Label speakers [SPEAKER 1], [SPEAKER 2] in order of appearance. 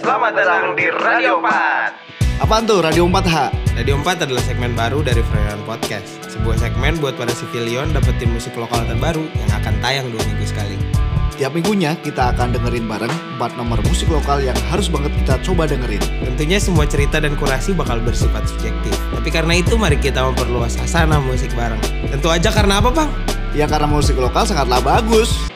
[SPEAKER 1] Selamat datang di Radio 4
[SPEAKER 2] Apaan tuh Radio 4H?
[SPEAKER 3] Radio 4 adalah segmen baru dari Freelance Podcast, sebuah segmen buat para sivilion dapetin musik lokal terbaru yang akan tayang dua minggu sekali.
[SPEAKER 2] Tiap minggunya kita akan dengerin bareng 4 nomor musik lokal yang harus banget kita coba dengerin.
[SPEAKER 3] Tentunya semua cerita dan kurasi bakal bersifat subjektif. Tapi karena itu mari kita memperluas asana musik bareng. Tentu aja karena apa, Bang?
[SPEAKER 2] Ya karena musik lokal sangatlah bagus.